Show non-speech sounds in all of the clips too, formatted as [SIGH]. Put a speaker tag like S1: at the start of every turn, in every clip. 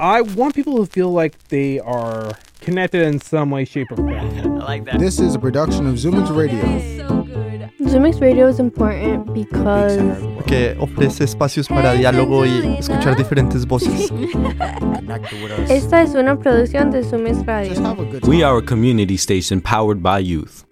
S1: I want people to feel like they are connected in some way, shape, or form.
S2: I like that.
S3: This is a production of Zoomix Radio.
S4: So good.
S5: Zoomix Radio is important because
S6: que ofrece espacios para diálogo y escuchar diferentes voces.
S5: esta es una producción de Zoomix
S3: Just
S5: Radio.
S3: have a good
S7: We are a community station powered by youth.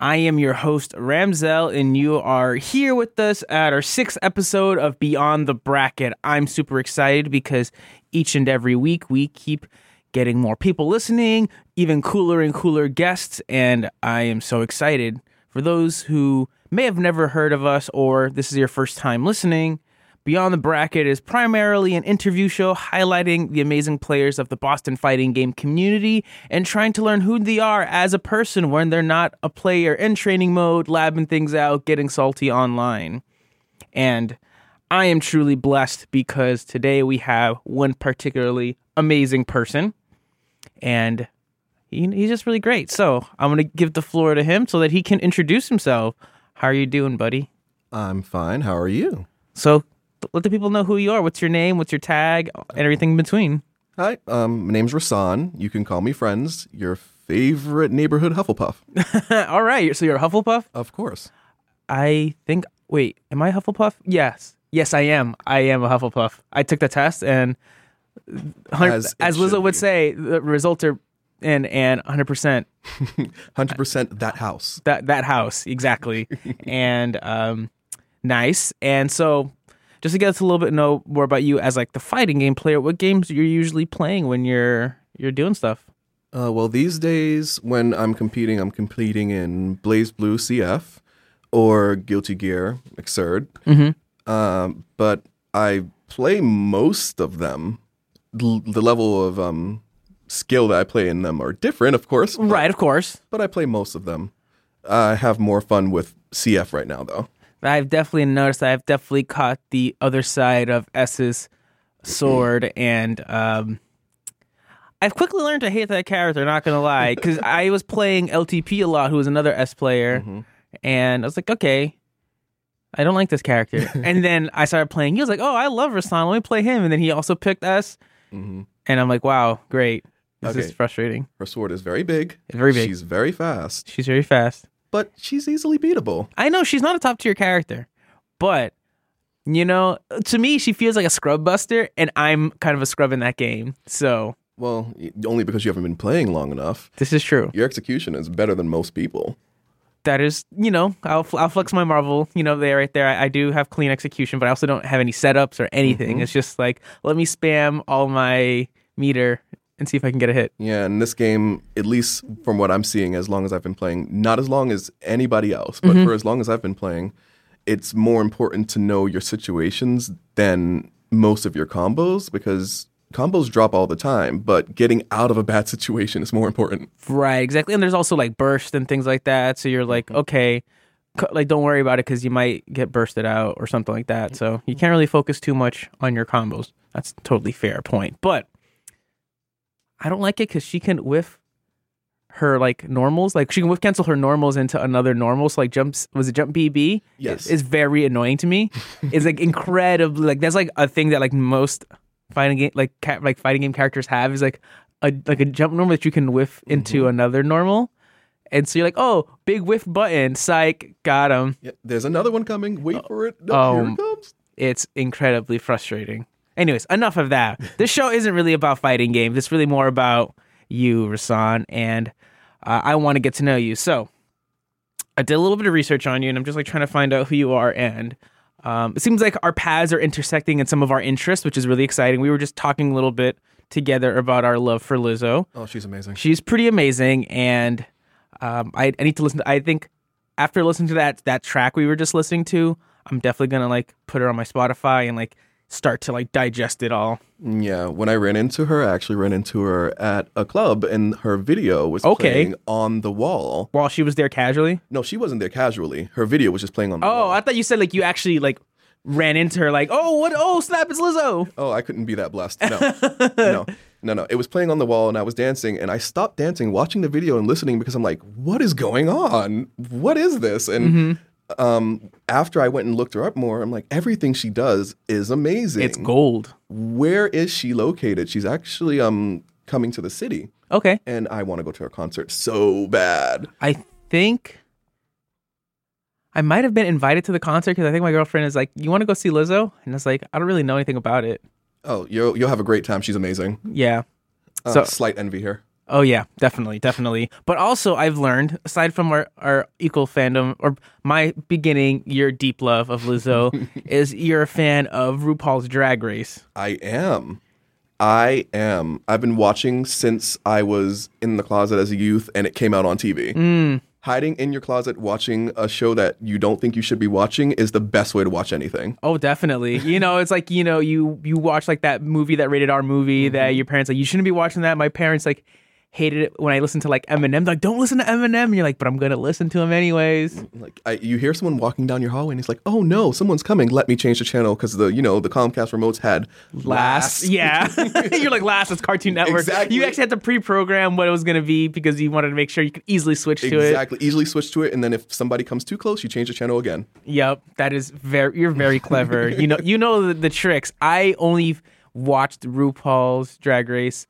S2: I am your host, Ramzel, and you are here with us at our sixth episode of Beyond the Bracket. I'm super excited because each and every week we keep getting more people listening, even cooler and cooler guests, and I am so excited. For those who may have never heard of us or this is your first time listening, Beyond the Bracket is primarily an interview show highlighting the amazing players of the Boston fighting game community and trying to learn who they are as a person when they're not a player in training mode, labbing things out, getting salty online. And I am truly blessed because today we have one particularly amazing person and he, he's just really great. So I'm going to give the floor to him so that he can introduce himself. How are you doing, buddy?
S6: I'm fine. How are you?
S2: So th- let the people know who you are. What's your name? What's your tag? And everything in between. [LAUGHS]
S6: Hi. Um, my name's Rasan. You can call me friends. Your favorite neighborhood Hufflepuff,
S2: All right. So you're a Hufflepuff?
S6: [LAUGHS] of course.
S2: I think. Wait, am I a Hufflepuff? Yes. Yes, I am. I am a Hufflepuff. I took the test, and hun-
S6: As
S2: as,
S6: it
S2: Lizzo
S6: should
S2: would
S6: be.
S2: say, the results are in and 100%.
S6: Hundred percent that house.
S2: that that house exactly
S6: [LAUGHS]
S2: and um nice and so just to get us a little bit know more about you as like the fighting game player what games you're usually playing when you're you're doing stuff
S6: Uh, well, these days when I'm competing, I'm competing in Blaze Blue CF or Guilty Gear Xrd. Um, but I play most of them. L- the level of um, skill that I play in them are different, of course. but-
S2: right of course
S6: but I play most of them. I have more fun with CF right now, though.
S2: i've definitely noticed i've definitely caught the other side of s's sword and um I've quickly learned to hate that character, not gonna lie, because I was playing LTP a lot, who was another S player, and I was like, okay, I don't like this character. and then I started playing. He was like, oh, I love Rasan. Let me play him. And then he also picked us. And I'm like, wow, great. This is
S6: Okay.
S2: frustrating.
S6: Mm-hmm. Her sword is very big.
S2: Very big.
S6: She's very fast,
S2: She's very fast.
S6: but she's easily beatable.
S2: I know she's not a top tier character, but you know, to me, she feels like a scrub buster, and I'm kind of a scrub in that game. So
S6: Well, y- only because you haven't been playing long enough.
S2: this is true.
S6: Your execution is better than most people.
S2: that is, you know, I'll, fl- I'll flex my Marvel, you know, there, right there. I, I do have clean execution, but I also don't have any setups or anything. It's just like, let me spam all my meter and see if I can get a hit.
S6: Yeah, and this game, at least from what I'm seeing, as long as I've been playing, not as long as anybody else,
S2: Mm-hmm.
S6: but for as long as I've been playing, it's more important to know your situations than most of your combos because combos drop all the time, but getting out of a bad [LAUGHS] situation is more important.
S2: Right, exactly. And there's also like burst and things like that. So you're like, okay, c- like don't worry about it because you might get bursted out or something like that. So you can't really focus too much on your combos. That's a totally fair point. But I don't like it because she can whiff her like normals. Like she can whiff cancel her normals into another normal. So like jumps was it jump BB?
S6: Yes.
S2: is very annoying to me. it's like incredibly like that's like a thing that like most fighting game like cat like fighting game characters have is like a like a jump normal that you can whiff into another normal. And so you're like, oh, big whiff button, psych, got him.
S6: Yeah, there's another one coming. Wait for it. No, here
S2: um,
S6: it comes.
S2: It's incredibly frustrating. Anyways, enough of that. [LAUGHS] This show isn't really about fighting games. It's really more about you, Rasan, and uh, I want to get to know you. So I did a little bit of research on you, and I'm just like trying to find out who you are. And um, it seems like our paths are intersecting in some of our interests, which is really exciting. We were just talking a little bit together about our love for Lizzo.
S6: Oh, she's amazing.
S2: She's pretty amazing, and um, I, I need to listen. To, I think after listening to that that track we were just listening to, I'm definitely gonna like put her on my Spotify and like start to like digest it all.
S6: Yeah, when I ran into her, I actually ran into her at a club, and her video was
S2: Okay.
S6: playing on the wall.
S2: While she was there casually.
S6: No, she wasn't there casually. Her video was just playing on the
S2: Oh,
S6: wall.
S2: I thought you said like you actually like ran into her like oh what oh snap it's Lizzo.
S6: oh, I couldn't be that blessed.
S2: [LAUGHS]
S6: No, no, no, no. It was playing on the wall, and I was dancing, and I stopped dancing, watching the video and listening because I'm like, what is going on? What is this? And
S2: Mm-hmm.
S6: um, after I went and looked her up more, I'm like, everything she does is amazing.
S2: It's gold.
S6: Where is she located? She's actually um coming to the city,
S2: Okay.
S6: and I want to go to her concert so bad.
S2: I think I might have been invited to the concert because I think my girlfriend is like, "You want to go see Lizzo?" And I was like, "I don't really know anything about it."
S6: Oh, you'll you'll have a great time. She's amazing.
S2: Yeah.
S6: Uh,
S2: So-
S6: slight envy here.
S2: Oh yeah, definitely, definitely. But also, I've learned aside from our our equal fandom or my beginning, your deep love of Lizzo is you're a fan of RuPaul's Drag Race.
S6: I am. I am. I've been watching since I was in the closet as a youth and it came out on TV.
S2: Mm.
S6: Hiding in your closet watching a show that you don't think you should be watching is the best way to watch anything.
S2: Oh, definitely. You know, it's like you know, you you watch like that movie, that rated R movie that your parents like. You shouldn't be watching that. My parents like hated it when I listened to like Eminem. They're like, don't listen to Eminem. And you're like, but I'm gonna listen to him anyways.
S6: Like I, you hear someone walking down your hallway and he's like, "Oh no, someone's coming. Let me change the channel cuz the, you know, the Comcast remotes had last."
S2: yeah. [LAUGHS] you're like, last. It's Cartoon Network.
S6: Exactly.
S2: You actually had to pre-program what it was gonna be because you wanted to make sure you could easily switch to it.
S6: Exactly. Easily switch to it and then if somebody comes too close, you change the channel again.
S2: Yep, that is very. You're very clever. you know, you know the, the tricks. I only watched RuPaul's Drag Race.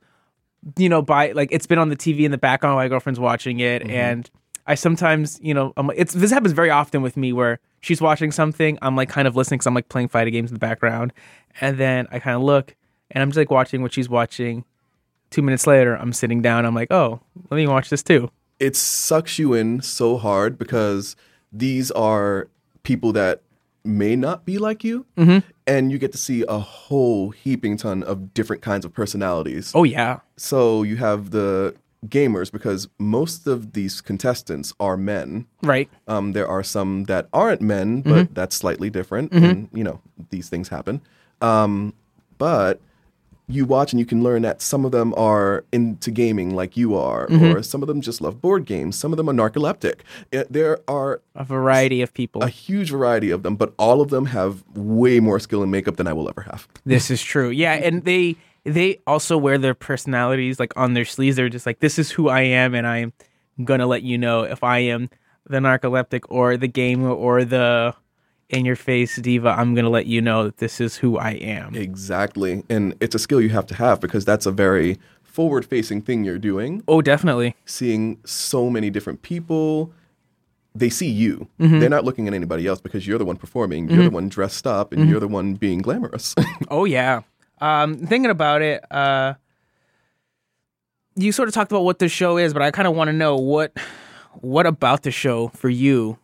S2: You know, by like it's been on the TV in the background. while My girlfriend's watching it, and I sometimes, you know, I'm like, it's this happens very often with me where she's watching something. I'm like kind of listening because I'm like playing fighting games in the background, and then I kind of look and I'm just like watching what she's watching. Two minutes later, I'm sitting down. I'm like, oh, let me watch this too.
S6: it sucks you in so hard because these are people that may not be like you and you get to see a whole heaping ton of different kinds of personalities
S2: Oh yeah,
S6: so you have the gamers because most of these contestants are men
S2: right.
S6: um, there are some that aren't men, but that's slightly different. And, you know, these things happen. Um, but you watch and you can learn that some of them are into gaming like you are, or some of them just love board games. Some of them are narcoleptic. Uh, there are
S2: A variety of people.
S6: a huge variety of them, but all of them have way more skill in makeup than I will ever have.
S2: This is true. Yeah, and they they also wear their personalities like on their sleeves. They're just like, this is who I am, and I'm gonna let you know if I am the narcoleptic or the gamer or the in your face diva. I'm gonna let you know that this is who I am.
S6: Exactly. And it's a skill you have to have because that's a very forward facing thing you're doing.
S2: oh, definitely.
S6: seeing so many different people. They see you. They're not looking at anybody else because you're the one performing, you're the one dressed up, and you're the one being glamorous. [LAUGHS]
S2: Oh yeah. Um, thinking about it, uh, you sort of talked about what the show is, but I kind of want to know what what about the show for you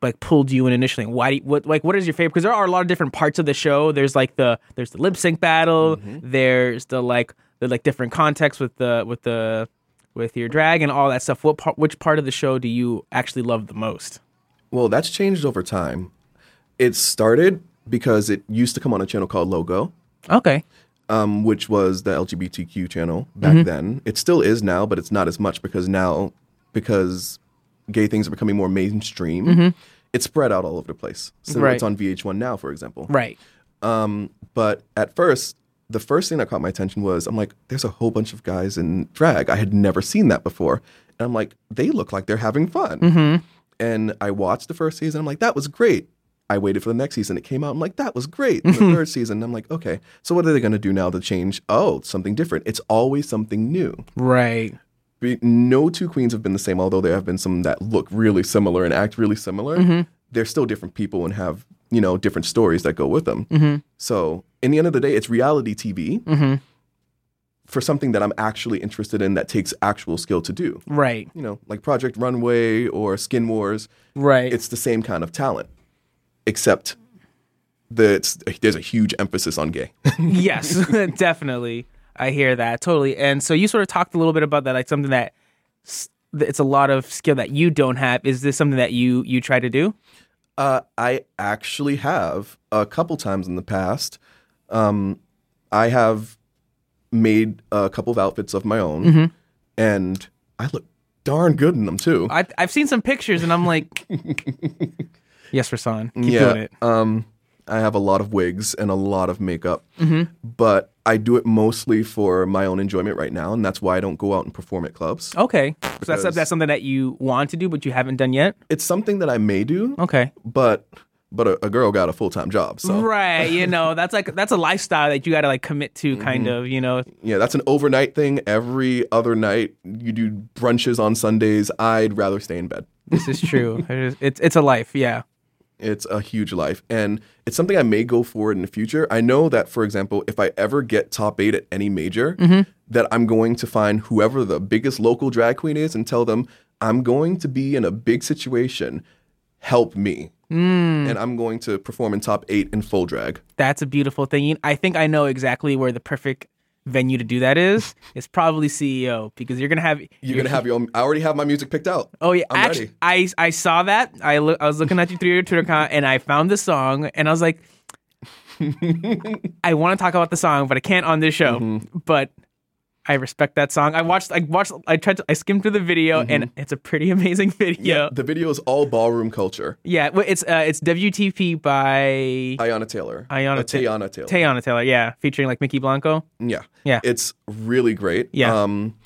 S2: like pulled you in initially. Why? do you- What like what is your favorite? Because there are a lot of different parts of the show. There's like the there's the lip sync battle. There's the like the like different context with the with the with your drag and all that stuff. What part? Which part of the show do you actually love the most?
S6: well, that's changed over time. It started because it used to come on a channel called Logo,
S2: Okay.
S6: um, which was the LGBTQ channel back then. It still is now, but it's not as much because now, because gay things are becoming more mainstream, it's spread out all over the place. So
S2: Right.
S6: it's on VH1 now, for example.
S2: Right.
S6: But at first, the first thing that caught my attention was I'm like, there's a whole bunch of guys in drag. I had never seen that before. And I'm like, they look like they're having fun. And I watched the first season. I'm like, that was great. I waited for the next season. It came out. I'm like, that was great. And the third season, I'm like, okay, so what are they going to do now to change? Oh, something different. It's always something new.
S2: Right.
S6: Be- No two queens have been the same, although there have been some that look really similar and act really similar. They're still different people and have, you know, different stories that go with them. So, in the end of the day, it's reality TV for something that I'm actually interested in that takes actual skill to do.
S2: Right.
S6: You know, like Project Runway or Skin Wars,
S2: Right.
S6: it's the same kind of talent, except that it's- there's a huge emphasis on gay.
S2: yes, [LAUGHS] definitely. I hear that totally. And so you sort of talked a little bit about that, like something that s- that it's a lot of skill that you don't have. Is this something that you you try to do?
S6: Uh, I actually have a couple times in the past. Um, I have made a couple of outfits of my own,
S2: Mm-hmm.
S6: and I look darn good in them too.
S2: I, [LAUGHS] I've seen some pictures, and I'm like, yes, Rasan, keep doing it.
S6: Um, I have a lot of wigs and a lot of makeup,
S2: Mm-hmm.
S6: but I do it mostly for my own enjoyment right now, and that's why I don't go out and perform at clubs.
S2: Okay, so that's
S6: Because-
S2: that's something that you want to do, but you haven't done yet.
S6: It's something that I may do,
S2: Okay,
S6: but but a, a girl got a full time job, so
S2: right. You [LAUGHS] know, that's like that's a lifestyle that you got to like commit to, kind of. You know,
S6: yeah, that's an overnight thing. Every other night, you do brunches on Sundays. I'd rather stay in bed.
S2: this is true. [LAUGHS] It is- it's it's a life. Yeah.
S6: It's a huge life. And it's something I may go for in the future. I know that, for example, if I ever get top eight at any major, that I'm going to find whoever the biggest local drag queen is and tell them, I'm going to be in a big situation. Help me. And I'm going to perform in top eight in full drag.
S2: That's a beautiful thing. I think I know exactly where the perfect venue to do that
S6: [LAUGHS]
S2: is. It's probably CEO because you're gonna have
S6: You're going to have your own. I already have my music picked out.
S2: Oh yeah,
S6: I'm
S2: actually,
S6: ready.
S2: I I saw that. I loo- I was looking at you through your Twitter account, and I found the song, and I was
S6: [LAUGHS]
S2: like, I want to talk about the song, but I can't on this show.
S6: Mm-hmm.
S2: But I respect that song. I watched. I watched. I tried. To, I skimmed through the video, and it's a pretty [LAUGHS] amazing video.
S6: Mm-hmm. The video is all ballroom culture.
S2: Yeah, well, it's uh, it's WTP by
S6: Ayana Taylor.
S2: Ayanna
S6: Uh,
S2: Ta-
S6: Tayana Taylor.
S2: Tayana Taylor. Yeah, featuring like Mickey Blanco.
S6: Yeah.
S2: Yeah.
S6: It's really great.
S2: Yeah.
S6: Um,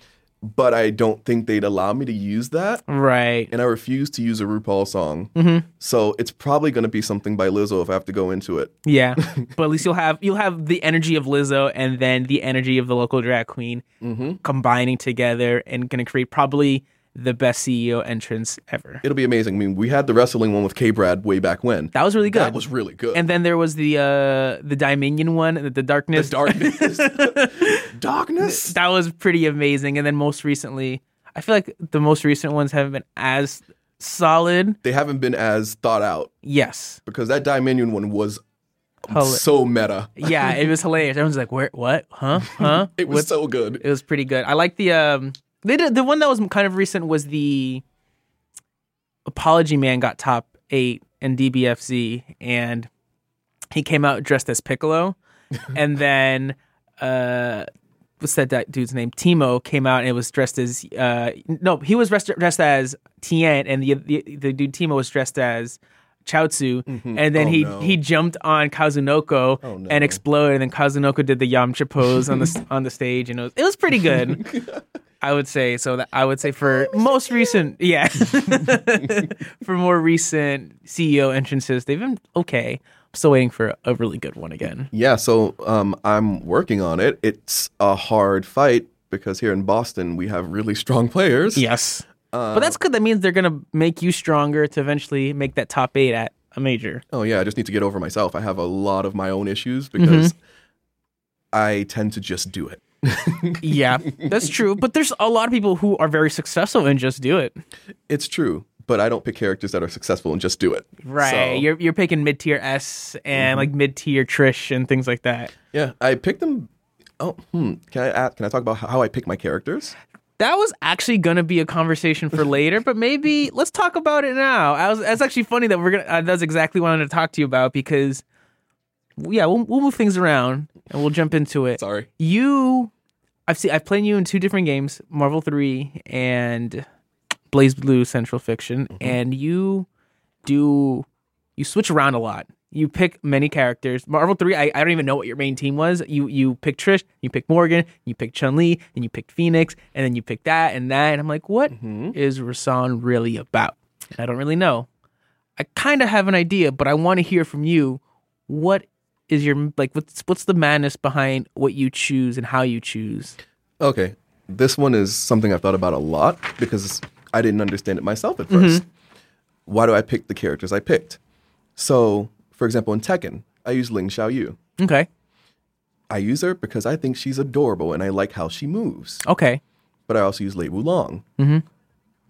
S6: but I don't think they'd allow me to use that.
S2: Right.
S6: And I refuse to use a RuPaul song.
S2: Mm-hmm.
S6: So it's probably going to be something by Lizzo if I have to go into it. [LAUGHS]
S2: Yeah, but at least you'll have you'll have the energy of Lizzo and then the energy of the local drag queen
S6: Mm-hmm.
S2: combining together and gonna create probably the best CEO entrance ever.
S6: It'll be amazing. I mean, we had the wrestling one with K Brad way back when.
S2: That was really good.
S6: That was really good.
S2: and then there was the uh the Dominion one, the, the
S6: the
S2: darkness. [LAUGHS]
S6: darkness. darkness?
S2: that was pretty amazing. And then most recently, I feel like the most recent ones haven't been as solid.
S6: They haven't been as thought out
S2: Yes.
S6: because that Dominion one was
S2: Hila-
S6: so meta.
S2: yeah, it was hilarious. Everyone's like, "Where? What? Huh? Huh?"
S6: [LAUGHS] It was
S2: What-
S6: so good.
S2: It was pretty good. I like the um they did, the one that was kind of recent was the Apology Man got top 8 in DBFZ and he came out dressed as Piccolo and then uh what's that di- dude's name Timo came out and was dressed as uh no, he was dressed, dressed as Tien and the, the the dude Timo was dressed as Chaozu, and then
S6: Oh,
S2: he
S6: no. Oh,
S2: he jumped on Kazunoko
S6: no.
S2: and exploded, and then Kazunoko did the
S6: [LAUGHS]
S2: Yamcha pose on the s- on the stage, and it was, it was pretty good. I would say so. That I would say for most recent, yeah, [LAUGHS] for more recent CEO entrances, they've been okay. I'm still waiting for a really good one again.
S6: Yeah, so um, I'm working on it. It's a hard fight because here in Boston we have really strong players.
S2: Yes, but that's good. That means they're gonna make you stronger to eventually make that top eight at a major.
S6: Oh yeah, I just need to get over myself. I have a lot of my own issues because I tend to just do it. [LAUGHS]
S2: Yeah, [LAUGHS] that's true. But there's a lot of people who are very successful and just do it.
S6: It's true, but I don't pick characters that are successful and just do it.
S2: Right. Mm-hmm.
S6: So,
S2: You're you're picking mid tier S and like mid tier Trish and things like that.
S6: yeah, I pick them. Oh, hmm. Can I ask, can I talk about how I pick my characters?
S2: That was actually gonna be a conversation [LAUGHS] for later, but maybe let's talk about it now. I was that's actually funny that we're gonna uh, that's exactly what I wanted to talk to you about because yeah, we'll we'll move things around and we'll jump into it.
S6: Sorry.
S2: You I've seen I've played you in two different games, Marvel 3 and Blaze Blue Central Fiction, and you do you switch around a lot. You pick many characters. Marvel three, I, I don't even know what your main team was. You you pick Trish, you pick Morgan, you pick Chun Li, and you pick Phoenix, and then you pick that and that. And I'm like, what is Rasan really about? And I don't really know. I kind of have an idea, but I want to hear from you. What is your like? What's what's the madness behind what you choose and how you choose?
S6: Okay, this one is something I've thought about a lot because I didn't understand it myself at 1st Why do I pick the characters I picked? So, for example, in Tekken, I use Ling Xiaoyu.
S2: Okay,
S6: I use her because I think she's adorable and I like how she moves.
S2: okay,
S6: But I also use Lei Wulong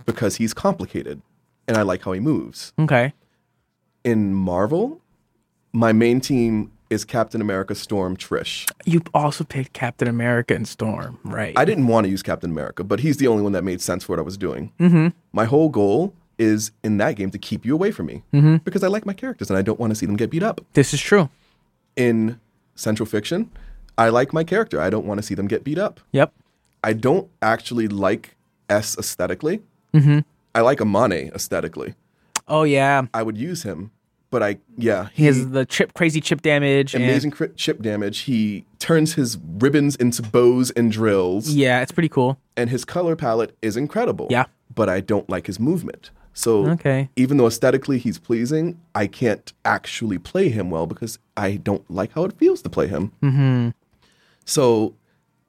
S6: because he's complicated and I like how he moves.
S2: okay.
S6: In Marvel, my main team is Captain America, Storm, Trish.
S2: You also picked Captain America and Storm, right?
S6: I didn't want to use Captain America, but he's the only one that made sense for what I was doing. Mm-hmm. My whole goal is in that game to keep you away from me
S2: Mm-hmm.
S6: because I like my characters and I don't want to see them get beat up.
S2: this is true.
S6: In Central Fiction, I like my character. I don't want to see them get beat up.
S2: Yep.
S6: I don't actually like S
S2: Mm-hmm.
S6: aesthetically. I like Amane aesthetically.
S2: Oh yeah.
S6: I would use him, but I yeah
S2: He has the chip, crazy chip damage. and-
S6: Mm. amazing crit chip damage. He turns his ribbons into bows and drills,
S2: yeah, it's pretty cool.
S6: and his color palette is incredible.
S2: Yeah.
S6: but I don't like his movement. So
S2: Okay.
S6: even though aesthetically he's pleasing, I can't actually play him well because I don't like how it feels to play him. Mm-hmm. So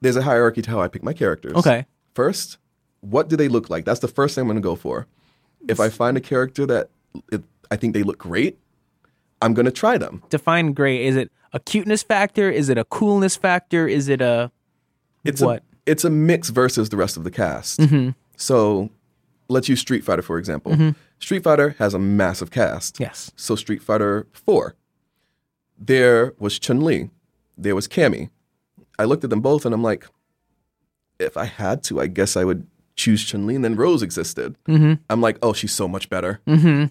S6: there's a hierarchy to how I pick my characters.
S2: Okay.
S6: First, what do they look like? That's the first thing I'm going to go for. If I find a character that it, I think they look great, I'm going to try them.
S2: Define great. Is it a cuteness factor? Is it a coolness factor? Is it a
S6: It's
S2: What? Mm-hmm.
S6: a it's a mix versus the rest of the cast. So let's use Street Fighter for example. Street Fighter has a massive cast.
S2: yes?
S6: So Street Fighter 4. There was Chun Li. There was Cammy. I looked at them both and I'm like, if I had to, I guess I would choose Chun Li. And then Rose existed.
S2: Mm-hmm.
S6: I'm like, oh, she's so much better.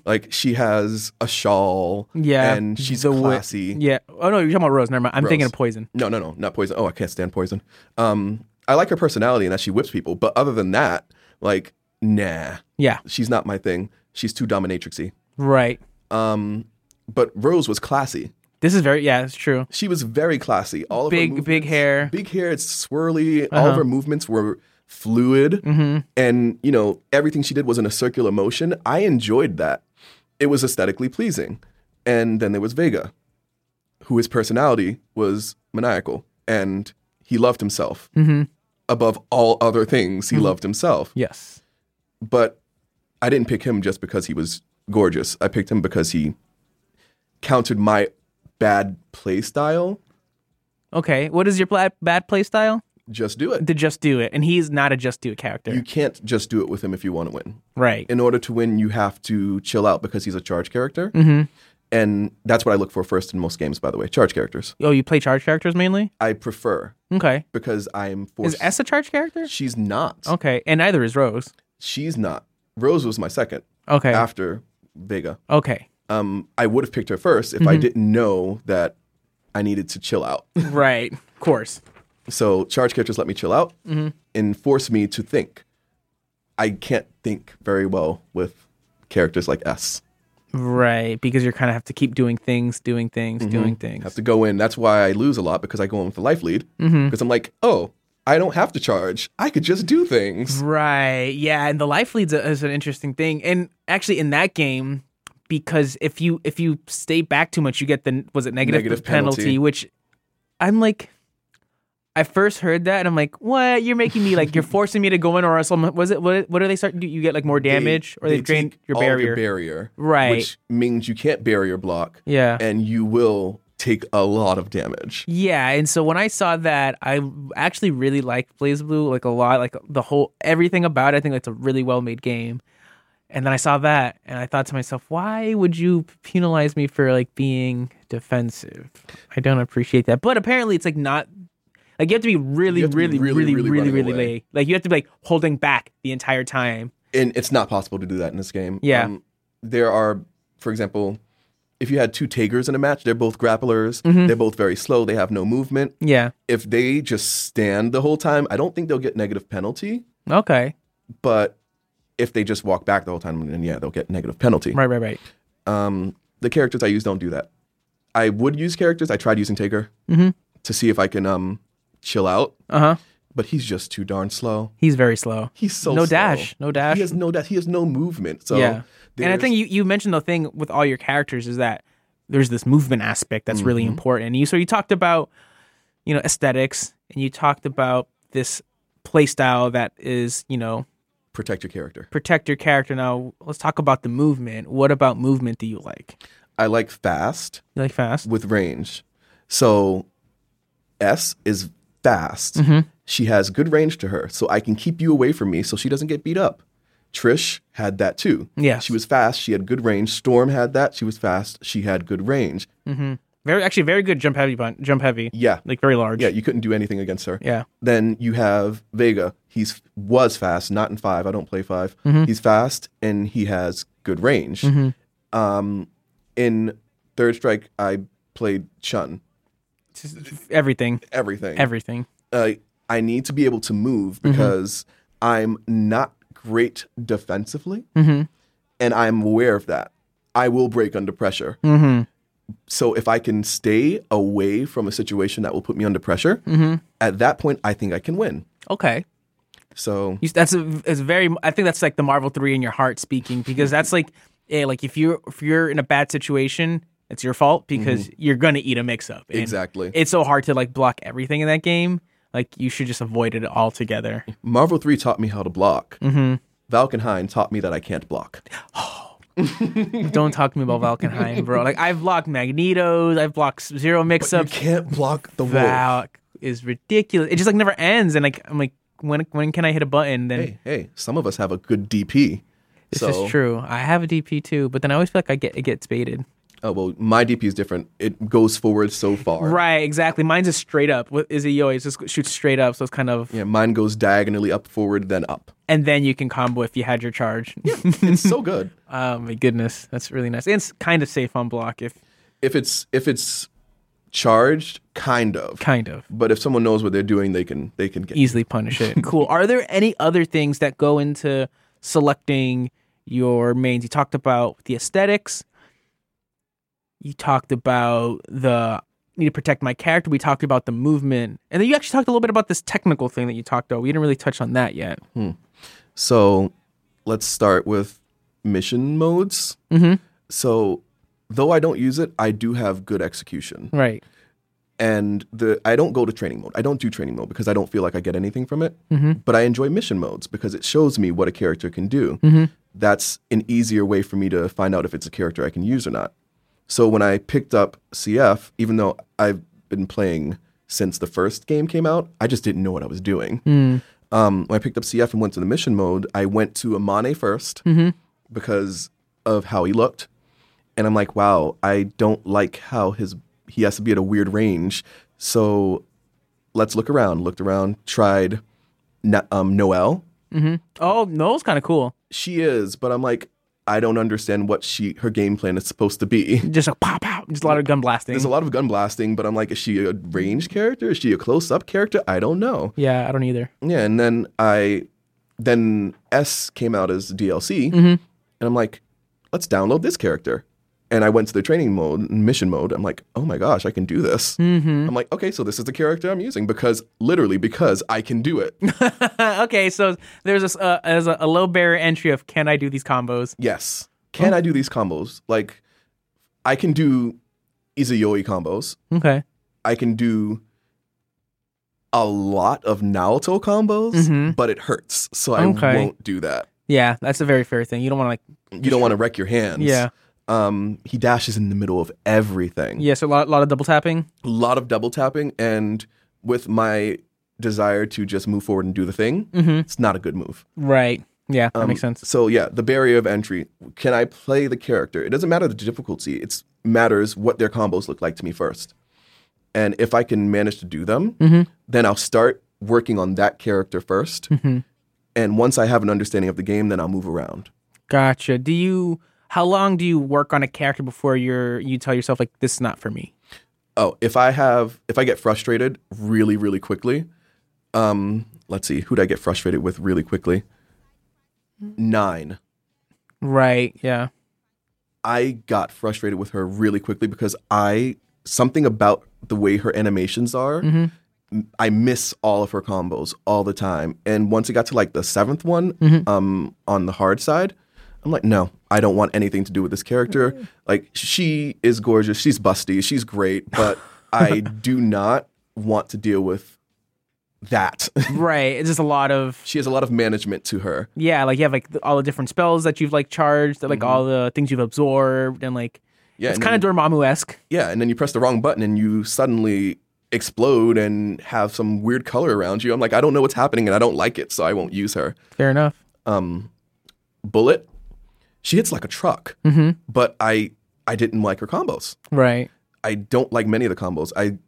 S6: Like she has a shawl.
S2: Yeah,
S6: And she's
S2: the wi-
S6: classy.
S2: Yeah. Oh no, you're talking about Rose. Never mind. I'm thinking
S6: Rose.
S2: of Poison.
S6: No, no, no, not poison. Oh, I can't stand poison. Um, I like her personality and that she whips people, but other than that, like, nah,
S2: Yeah.
S6: she's not my thing. She's too dominatrixy.
S2: Right.
S6: Um, but Rose was classy.
S2: This is very yeah. It's true.
S6: She was very classy. All of her
S2: Big big
S6: movements-
S2: hair. Uh-huh.
S6: big hair. It's swirly. All of her movements were fluid,
S2: Mm-hmm.
S6: and you know everything she did was in a circular motion. I enjoyed that. It was aesthetically pleasing. And then there was Vega, who his personality was maniacal, and he loved himself
S2: Mm-hmm.
S6: above all other things. He loved himself,
S2: Yes.
S6: but I didn't pick him just because he was gorgeous. I picked him because he countered my bad play style.
S2: Okay. What is your bad, bad play style?
S6: Just do it.
S2: To just do it, and he's not a just do it character.
S6: You can't just do it with him if you want to win.
S2: right.
S6: In order to win, you have to chill out because he's a charge character.
S2: Mm-hmm.
S6: And that's what I look for first in most games, by the way. Charge characters.
S2: oh, you play charge characters mainly.
S6: I prefer
S2: Okay.
S6: because I'm forced.
S2: Is Oh. S a charge character?
S6: She's not.
S2: Okay. And neither is Rose.
S6: She's not. Rose was my second
S2: Okay.
S6: after Vega.
S2: okay.
S6: Um, I would have picked her first if I
S2: Mm-hmm.
S6: didn't know that I needed to
S2: [LAUGHS]
S6: chill out.
S2: Right. Of course.
S6: So charge characters let me chill out
S2: Mm-hmm.
S6: and force me to think. I can't think very well with characters like S.
S2: Right. Because you kind of have to keep doing things, doing things, doing things.
S6: have to go in. That's why I lose a lot because I go in with the life lead because
S2: Mm-hmm.
S6: I'm like, oh, I don't have to charge. I could just do things.
S2: Right. Yeah, and the life leads a- is an interesting thing. And actually, in that game, because if you if you stay back too much, you get the was it negative,
S6: Negative
S2: penalty,
S6: penalty.
S2: which I'm like. I first heard that and I'm like, "What? You're making me like you're forcing me to go in, or else I'm, was it what? What do they start? Do you get like more damage, or they, drain
S6: take
S2: your
S6: all
S2: barrier?
S6: barrier,
S2: Right.
S6: Which means you can't barrier block,
S2: yeah,
S6: and you will take a lot of damage.
S2: Yeah, and so when I saw that, I actually really liked Blaze Blue like a lot, like the whole everything about it. I think it's a really well made game. And then I saw that, and I thought to myself, why would you penalize me for like being defensive? I don't appreciate that. But apparently, it's like not like you have to be really,
S6: You have to
S2: really,
S6: be really,
S2: really, really,
S6: really
S2: really,
S6: running
S2: really,
S6: away.
S2: late. like you have to be like holding back the entire time.
S6: And it's not possible to do that in this game. Um,
S2: Yeah.
S6: there are, for example, if you had two Tigers in a match, they're both grapplers.
S2: Mm-hmm.
S6: They're both very slow. They have no movement.
S2: Yeah.
S6: If they just stand the whole time, I don't think they'll get negative penalty.
S2: Okay.
S6: but if they just walk back the whole time, then yeah, they'll get negative penalty.
S2: Right. Right. Right.
S6: Um, the characters I use don't do that. I would use characters. I tried using Taker
S2: Mm-hmm.
S6: to see if I can um, chill out,
S2: Uh huh.
S6: but he's just too darn slow.
S2: He's very slow.
S6: He's so
S2: No
S6: slow.
S2: dash, no dash.
S6: He has no dash. He has no movement. So
S2: yeah. And I
S6: there's-
S2: think you, you mentioned the thing with all your characters is that there's this movement aspect that's really
S6: Mm-hmm.
S2: important. You so you talked about you know aesthetics and you talked about this play style that is, you know,
S6: protect your character.
S2: protect your character. Now let's talk about the movement. What about movement do you like?
S6: I like fast
S2: You like fast?
S6: with range. So S is fast.
S2: Mm-hmm.
S6: She has good range to her, so I can keep you away from me so she doesn't get beat up. Trish had that too.
S2: Yes.
S6: She was fast. She had good range. Storm had that. She was fast. She had good range.
S2: Very actually very good jump heavy bun- jump heavy.
S6: Yeah.
S2: Mm, Like very large.
S6: Yeah, you couldn't do anything against her.
S2: Yeah.
S6: Then you have Vega. He's was fast, not in five. I don't play 5
S2: Mm-hmm.
S6: He's fast and he has good range. Um, in Third Strike, I played Chun.
S2: Just everything.
S6: Everything.
S2: Everything.
S6: uh, I need to be able to move
S2: Mm-hmm.
S6: because
S2: Mm-hmm.
S6: I'm not great defensively, and I'm aware of that. I will break under pressure.
S2: Mm-hmm.
S6: So if I can stay away from a situation that will put me under pressure,
S2: Mm-hmm.
S6: at that point, I think I can win.
S2: Okay.
S6: So
S2: You, that's a, it's very. I think that's like the Marvel three in your heart speaking because that's like, yeah, like if you are if you're in a bad situation, it's your fault because you're gonna eat a mix up. And
S6: Mm-hmm. Exactly.
S2: It's so hard to like block everything in that game. Like you should just avoid it
S6: [LAUGHS]
S2: altogether.
S6: Marvel 3 taught me how to block. Mm-hmm. Valkenhayn taught me that I can't block.
S2: Don't talk to me about Valkenheim, bro. Like I've blocked Magnetos, I've blocked Zero Mix Up.
S6: can't block the
S2: Valk is ridiculous. It just like never ends, and like I'm like, when when can I hit a button? Then
S6: Hey, hey, some of us have a good DP.
S2: this
S6: so,
S2: is true. I have a DP too, but then I always feel like I get it gets baited.
S6: Oh, well, my DP is different. It goes forward so far.
S2: Right, exactly. Mine's is straight up. With Izzy Yo, it just shoots straight up, so it's kind of,
S6: Yeah, mine goes diagonally up, forward, then up.
S2: and then you can combo if you had your charge. [LAUGHS]
S6: It's so good.
S2: oh my goodness, that's really nice. And it's kind of safe on block, if
S6: If it's if it's charged, kind of.
S2: kind of
S6: But if someone knows what they're doing, they can they can get
S2: easily punish it. [LAUGHS] cool. Are there any other things that go into selecting your mains? You talked about the aesthetics. You talked about the need to protect my character. We talked about the movement, and then you actually talked a little bit about this technical thing that you talked about. We didn't really touch on that yet.
S6: So let's start with mission modes.
S2: Mhm.
S6: So though I don't use it, I do have good execution.
S2: Right.
S6: and the I don't go to training mode. I don't do training mode because I don't feel like I get anything from it.
S2: Mm-hmm.
S6: But I enjoy mission modes because it shows me what a character can do. That's an easier way for me to find out if it's a character I can use or not. So when I picked up CF, even though I've been playing since the first game came out, I just didn't know what I was doing. Um, when I picked up CF and went to the mission mode, I went to Amane 1st because of how he looked and I'm like, wow, I don't like how his he has to be at a weird range. So let's look around. Looked around, tried Na- um, Noelle.
S2: Oh, Noel's kind of cool.
S6: She is, but I'm like, I don't understand what she her game plan is supposed to be.
S2: Just like pop out, just a lot of gun blasting.
S6: There's a lot of gun blasting, but I'm like, is she a range character? Is she a close up character? I don't know.
S2: yeah, I don't either.
S6: Yeah, and then I then S came out as DLC, and I'm like, let's download this character. And I went to the training mode, mission mode. I'm like, oh my gosh, I can do this. I'm like, okay, so this is the character I'm using because literally because I can do it.
S2: [LAUGHS] okay, so there's a s- uh, as a, a low barrier entry of can I do these combos?
S6: yes,
S2: Oh.
S6: can I do these combos? Like, I can do Izayoi combos.
S2: Okay,
S6: I can do a lot of Naoto combos, but it hurts, so I
S2: Mm-hmm. Okay.
S6: won't do that.
S2: yeah, that's a very fair thing. You don't want to like
S6: you don't want to wreck your hands.
S2: Yeah.
S6: Um, he dashes in the middle of everything.
S2: yeah, so a lot, lot of double tapping.
S6: A lot of double tapping, and with my desire to just move forward and do the thing,
S2: Mm-hmm.
S6: it's not a good move.
S2: Right. Yeah,
S6: Um,
S2: that makes sense.
S6: So yeah, the barrier of entry. Can I play the character? It doesn't matter the difficulty. It matters what their combos look like to me first. And if I can manage to do them, then I'll start working on that character 1st And once I have an understanding of the game, then I'll move around.
S2: Gotcha. Do you? How long do you work on a character before you're you tell yourself like this is not for me?
S6: Oh, if I have, if I get frustrated really, really quickly, um, let's see, who'd I get frustrated with really quickly? Nine.
S2: Right. Yeah.
S6: I got frustrated with her really quickly because I, something about the way her animations are, m- I miss all of her combos all the time. And once it got to like the seventh one um, on the hard side, I'm like, no, I don't want anything to do with this character. Like, she is gorgeous. She's busty. She's great. But I do not want to deal with that. [LAUGHS]
S2: Right. It's just a lot of
S6: she has a lot of management to her.
S2: yeah. Like you have like th- all the different spells that you've like charged, like all the things you've absorbed, and like
S6: Mm-hmm. Yeah,
S2: it's
S6: and
S2: kind of Dormammu esque.
S6: Yeah, and then you press the wrong button and you suddenly explode and have some weird color around you. I'm like, I don't know what's happening and I don't like it, so I won't use her. Um,
S2: Fair enough.
S6: Bullet, she hits like a truck, but I I didn't like her combos.
S2: Right.
S6: I don't like many of the combos. I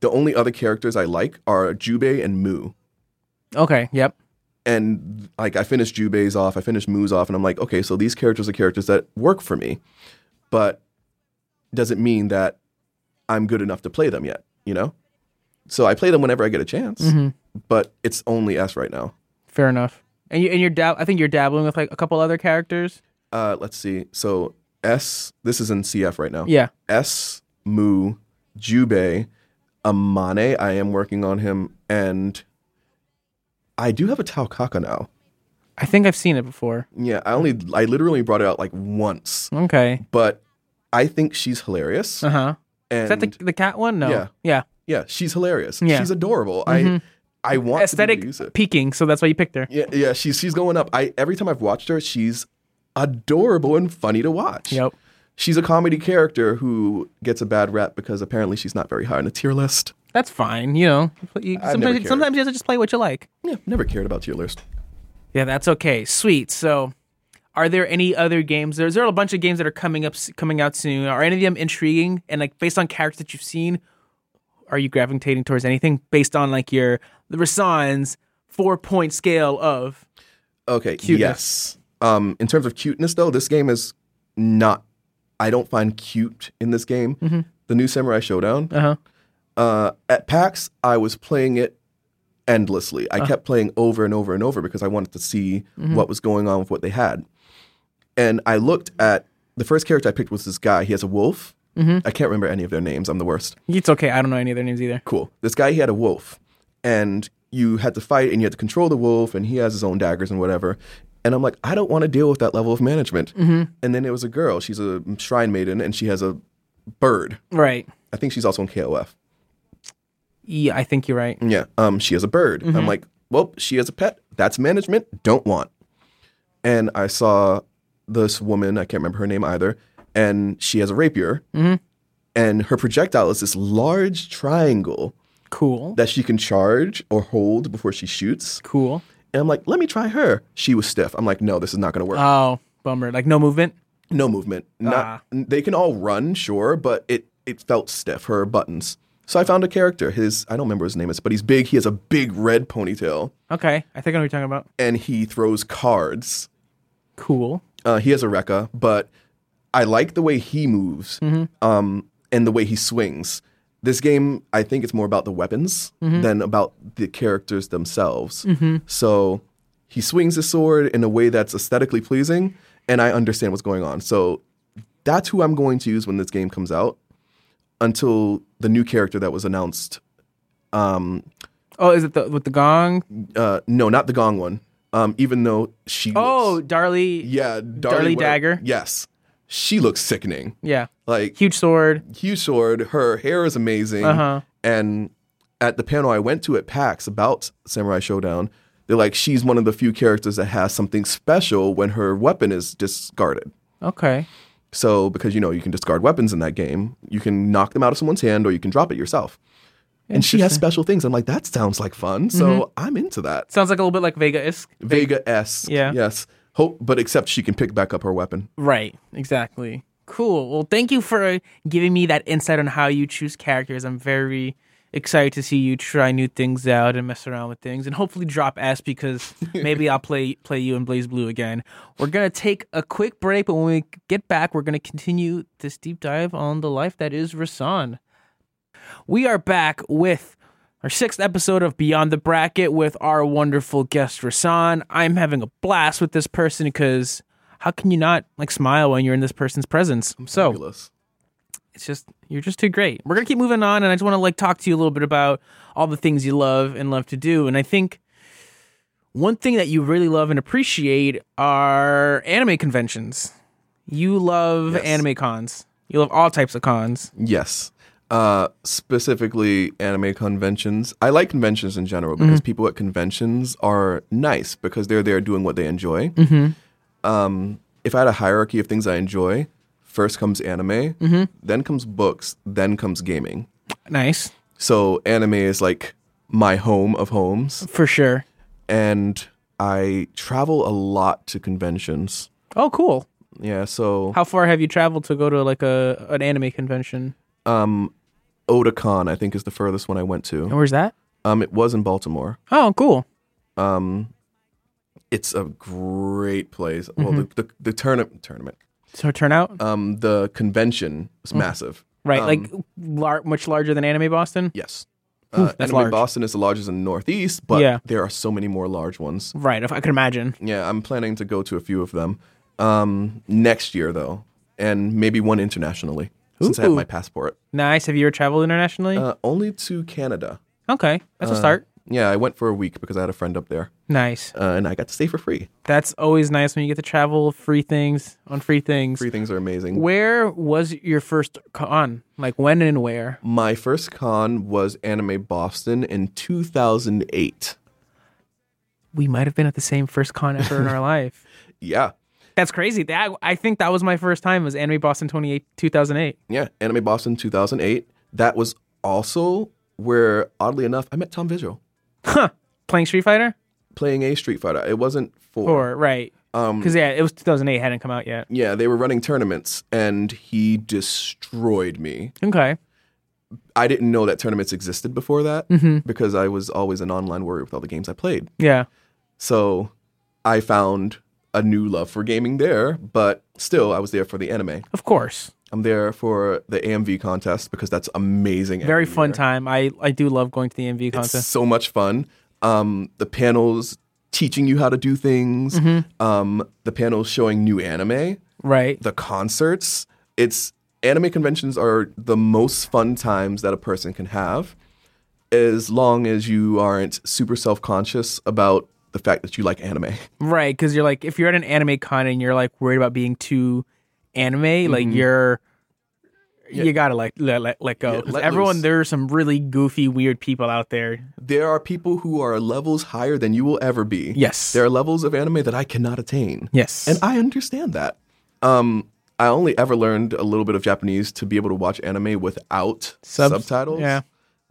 S6: the only other characters I like are Jubei and Moo.
S2: Okay. Yep.
S6: and like I finished Jubei's off, I finished Moo's off, and I'm like, okay, so these characters are characters that work for me, but doesn't mean that I'm good enough to play them yet, you know? So I play them whenever I get a chance, but it's only S right now.
S2: Fair enough. And you and you're dab- I think you're dabbling with like a couple other characters.
S6: Uh, let's see. So S. This is in CF right now.
S2: Yeah.
S6: S. Mu, Jubei, Amane. I am working on him, and I do have a Tau Kaka now.
S2: I think I've seen it before.
S6: Yeah, I only I literally brought it out like once,
S2: Okay.
S6: but I think she's hilarious.
S2: Uh huh.
S6: Uh-huh. And
S2: Is that the, the cat one? No.
S6: Yeah.
S2: Yeah.
S6: yeah, she's hilarious.
S2: Yeah. Mm-hmm.
S6: She's adorable. I I want to use
S2: Aesthetic
S6: it.
S2: peaking, so that's why you picked her.
S6: Yeah, yeah, she's she's going up. I every time I've watched her, she's adorable and funny to watch.
S2: Yep.
S6: She's a comedy character who gets a bad rap because apparently she's not very high on the tier list.
S2: That's fine. You know, You-
S6: I've never
S2: sometimes
S6: cared.
S2: sometimes you have to just play what you like.
S6: Yeah, never cared about tier list.
S2: Yeah, that's okay. Sweet. So, are there any other games? There's there are a bunch of games that are coming up, coming out soon. Are any of them intriguing? And like based on characters that you've seen, are you gravitating towards anything based on like your the Rasan's four point scale of?
S6: Okay,
S2: Cuteness.
S6: yes. Um, in terms of cuteness, though, this game is not. I don't find cute in this game. The new Samurai Showdown.
S2: Uh huh.
S6: uh, at PAX, I was playing it endlessly. I kept playing over and over and over because I wanted to see what was going on with what they had. And I looked at the first character I picked was this guy. He has a wolf. I can't remember any of their names. I'm the worst.
S2: It's okay. I don't know any of their names either.
S6: Cool. This guy, he had a wolf. And you had to fight and you had to control the wolf, and he has his own daggers and whatever. And I'm like, I don't want to deal with that level of management. And then it was a girl. She's a shrine maiden and she has a bird.
S2: Right.
S6: I think she's also in KOF.
S2: Yeah, I think you're right.
S6: Yeah. Um, she has a bird. I'm like, well, she has a pet. That's management. Don't want. And I saw this woman, I can't remember her name either, and she has a rapier. And her projectile is this large triangle
S2: Cool.
S6: that she can charge or hold before she shoots.
S2: Cool.
S6: And I'm like, let me try her. She was stiff. I'm like, no, this is not going to work.
S2: Oh, bummer. Like no movement.
S6: no movement.
S2: Ah.
S6: Not, They can all run, sure, but it, it felt stiff, her buttons. So I found a character. His, I don't remember his name is, but he's big. He has a big red ponytail.
S2: Okay. I think I know what you're talking about.
S6: and he throws cards.
S2: Cool.
S6: Uh, he has a Rekka, but I like the way he moves
S2: Mm-hmm.
S6: um, and the way he swings. This game, I think it's more about the weapons
S2: Mm-hmm.
S6: than about the characters themselves. So he swings his sword in a way that's aesthetically pleasing, and I understand what's going on. So that's who I'm going to use when this game comes out until the new character that was announced. Um,
S2: Oh, is it the with the gong?
S6: uh, no, not the Gong one, um, even though she.
S2: Oh,
S6: looks-
S2: Darlie.
S6: yeah,
S2: Darlie
S6: Darlie whatever-
S2: Dagger.
S6: Yes, she looks sickening.
S2: Yeah.
S6: Like
S2: Huge sword.
S6: huge sword. Her hair is amazing.
S2: Uh-huh.
S6: And at the panel I went to at PAX about Samurai Showdown, they're like, she's one of the few characters that has something special when her weapon is discarded.
S2: Okay.
S6: So because you know you can discard weapons in that game, you can knock them out of someone's hand or you can drop it yourself. And she has special things. I'm like, that sounds like fun. So
S2: Mm-hmm.
S6: I'm into that.
S2: Sounds like a little bit like Vega esque.
S6: Vega esque.
S2: Yeah.
S6: Yes. Hope, but except she can pick back up her weapon.
S2: Right. Exactly. Cool. Well, thank you for giving me that insight on how you choose characters. I'm very excited to see you try new things out and mess around with things, and hopefully drop S because maybe I'll play play you in Blaze Blue again. We're gonna take a quick break, but when we get back, we're gonna continue this deep dive on the life that is Rasan. We are back with our sixth episode of Beyond the Bracket with our wonderful guest Rasan. I'm having a blast with this person because how can you not like smile when you're in this person's presence? So
S6: Fabulous.
S2: it's just you're just too great. We're gonna keep moving on, and I just want to like talk to you a little bit about all the things you love and love to do. And I think one thing that you really love and appreciate are anime conventions. You love
S6: Yes.
S2: anime cons. You love all types of cons.
S6: Yes. Uh, specifically, anime conventions. I like conventions in general because people at conventions are nice because they're there doing what they enjoy. Um, if I had a hierarchy of things I enjoy, first comes anime, then comes books, then comes gaming.
S2: Nice
S6: So, anime is like my home of homes,
S2: for sure.
S6: and I travel a lot to conventions.
S2: Oh, cool.
S6: Yeah, so
S2: How far have you traveled to go to like a an anime convention?
S6: um, Otakon, I think, is the furthest one I went to.
S2: And where's that?
S6: Um, it was in Baltimore.
S2: Oh, cool.
S6: Um, it's a great place.
S2: Mm-hmm.
S6: Well, the the, the tourna- tournament,
S2: So turnout,
S6: um, the convention was massive.
S2: Mm. right?
S6: um,
S2: like lar- much larger than Anime Boston,
S6: Yes,
S2: Oof,
S6: uh,
S2: that's
S6: anime
S2: large.
S6: Boston is the largest in the Northeast, but
S2: Yeah.
S6: there are so many more large ones.
S2: right? If I could imagine.
S6: Yeah, I'm planning to go to a few of them um, next year, though. and maybe one internationally since I have
S2: Ooh.
S6: my passport.
S2: Nice. Have you ever traveled internationally?
S6: Uh, only to Canada.
S2: okay, that's a start.
S6: Yeah, I went for a week because I had a friend up there,
S2: Nice.
S6: uh, and I got to stay for free.
S2: That's always nice when you get to travel free things on free things.
S6: Free things are amazing.
S2: Where was your first con? Like when and where?
S6: My first con was Anime Boston in 2008.
S2: We might have been at the same first con ever in our life.
S6: Yeah,
S2: That's crazy. That I think that was my first time was Anime Boston 28 2008.
S6: yeah, Anime Boston 2008. That was also where, oddly enough, I met Tom Visual
S2: Huh. Playing Street Fighter?
S6: playing a Street Fighter. It wasn't for
S2: Or right.
S6: um,
S2: Cuz yeah, it was 2008 hadn't come out yet.
S6: yeah, they were running tournaments, and he destroyed me.
S2: Okay.
S6: I didn't know that tournaments existed before that because I was always an online warrior with all the games I played.
S2: Yeah.
S6: So I found a new love for gaming there, but still, I was there for the anime.
S2: Of course.
S6: I'm there for the AMV contest because that's amazing.
S2: Very
S6: every
S2: fun
S6: year.
S2: time. I I do love going to the MV
S6: It's
S2: contest.
S6: so much fun. Um, the panels teaching you how to do things,
S2: Mm-hmm.
S6: um, the panels showing new anime,
S2: Right.
S6: the concerts. It's anime conventions are the most fun times that a person can have as long as you aren't super self conscious about the fact that you like anime. [LAUGHS]
S2: Right, because you're like, if you're at an anime con and you're like worried about being too anime,
S6: Mm-hmm.
S2: like you're, you gotta like let let, let go.
S6: Yeah,
S2: 'Cause
S6: let
S2: everyone,
S6: loose.
S2: there are some really goofy, weird people out there.
S6: There are people who are levels higher than you will ever be.
S2: Yes.
S6: There are levels of anime that I cannot attain.
S2: Yes,
S6: And I understand that. Um, I only ever learned a little bit of Japanese to be able to watch anime without
S2: Subs-
S6: subtitles.
S2: yeah.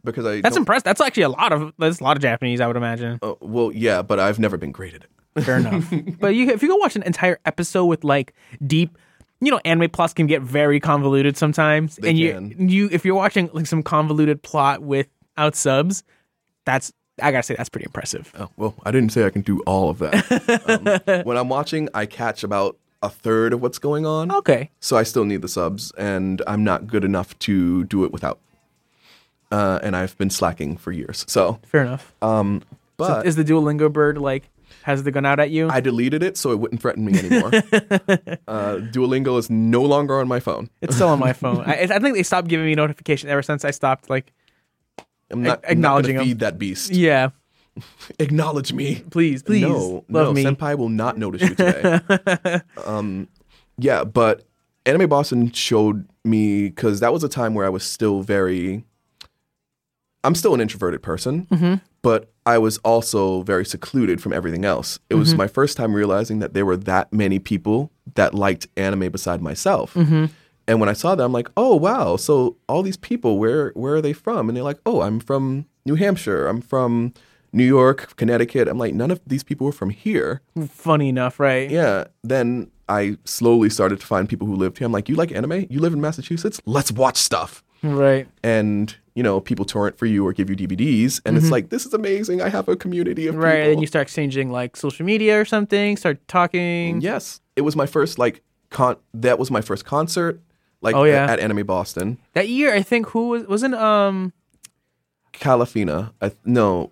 S6: Because I.
S2: that's
S6: don't-
S2: impressive. That's actually a lot of that's a lot of Japanese, I would imagine.
S6: uh, well, yeah, but I've never been great at it.
S2: Fair enough. But you, if you go watch an entire episode with like deep, you know, anime plots can get very convoluted sometimes. and you,
S6: can.
S2: you, if you're watching like some convoluted plot without subs, that's I gotta say that's pretty impressive.
S6: Oh, well, I didn't say I can do all
S2: [LAUGHS]
S6: of that. um, when I'm watching, I catch about a third of what's going on.
S2: Okay.
S6: So I still need the subs, and I'm not good enough to do it without. Uh, and I've been slacking for years. So, um,
S2: Fair enough.
S6: but
S2: is the Duolingo bird like has the gun out at you?
S6: [LAUGHS] I deleted it so it wouldn't threaten me
S2: [LAUGHS]
S6: anymore. uh, Duolingo is no longer on my phone.
S2: it's still on my phone. I, I think they stopped giving me notification ever since I stopped. Like,
S6: I'm not
S2: A- acknowledging
S6: acknowledging
S2: him.
S6: feed that beast.
S2: yeah,
S6: Acknowledge me.
S2: please, please,
S6: no,
S2: love
S6: no,
S2: me.
S6: senpai will not notice you today. um,
S2: [LAUGHS]
S6: yeah, but Anime Boston showed me because that was a time where I was still very. I'm still an introverted person,
S2: Mm-hmm.
S6: but I was also very secluded from everything else. It
S2: Mm-hmm.
S6: was my first time realizing that there were that many people that liked anime beside myself.
S2: Mm-hmm.
S6: And when I saw that, I'm like, oh wow! So all these people, where where are they from? And they're like, oh, I'm from New Hampshire. I'm from New York, Connecticut. I'm like, none of these people were from here.
S2: Hmm. Funny enough, right?
S6: Yeah. Then I slowly started to find people who lived here. I'm like, you like anime? You live in Massachusetts? Let's watch stuff.
S2: Right.
S6: And you know, people torrent for you or give you DVDs, and it's like, this is amazing. I have a community of
S2: Mm-hmm. Right, and
S6: people.
S2: then you start exchanging like social media or something, start talking.
S6: yes, it was my first like con. That was my first concert. Like
S2: Oh, yeah.
S6: at, at Anime Boston,
S2: That year, I think who was wasn't um
S6: Calafina. I, no,